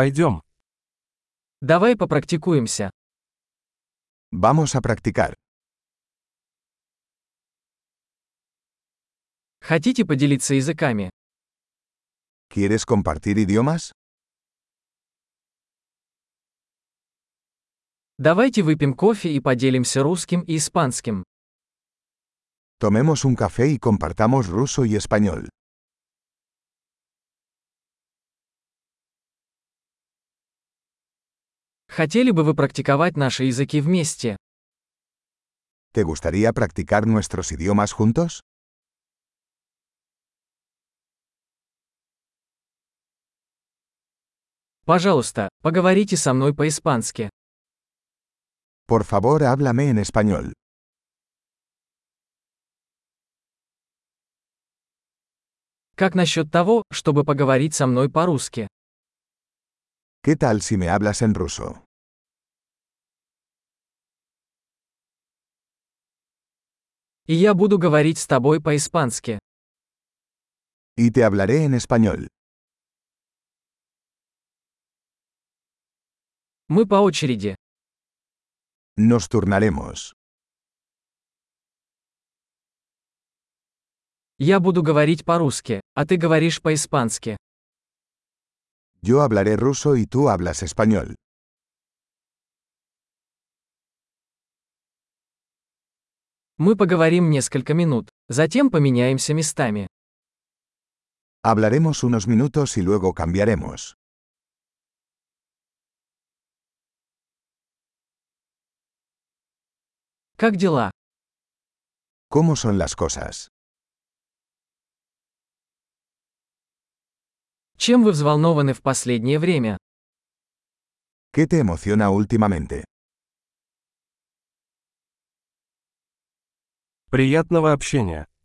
Пойдем. Давай попрактикуемся. Vamos a practicar. Хотите поделиться языками? ¿Quieres compartir idiomas? Давайте выпьем кофе и поделимся русским и испанским. Tomemos un café y compartamos ruso y español. Хотели бы вы практиковать наши языки вместе? ¿Te gustaría practicar nuestros idiomas juntos? Пожалуйста, поговорите со мной по-испански. Por favor, háblame en español. Как насчет того, чтобы поговорить со мной по-русски? ¿Qué tal si me hablas en ruso? И я буду говорить с тобой по-испански. Y te hablaré en español. Мы по очереди. Nos turnaremos. Я буду говорить по-русски, а ты говоришь по-испански. Yo hablaré ruso y tú hablas español. Мы поговорим несколько минут, затем поменяемся местами. Hablaremos unos minutos y luego cambiaremos. Как дела? ¿Cómo son las cosas? Чем вы взволнованы в последнее время? ¿Qué te emociona últimamente? Приятного общения.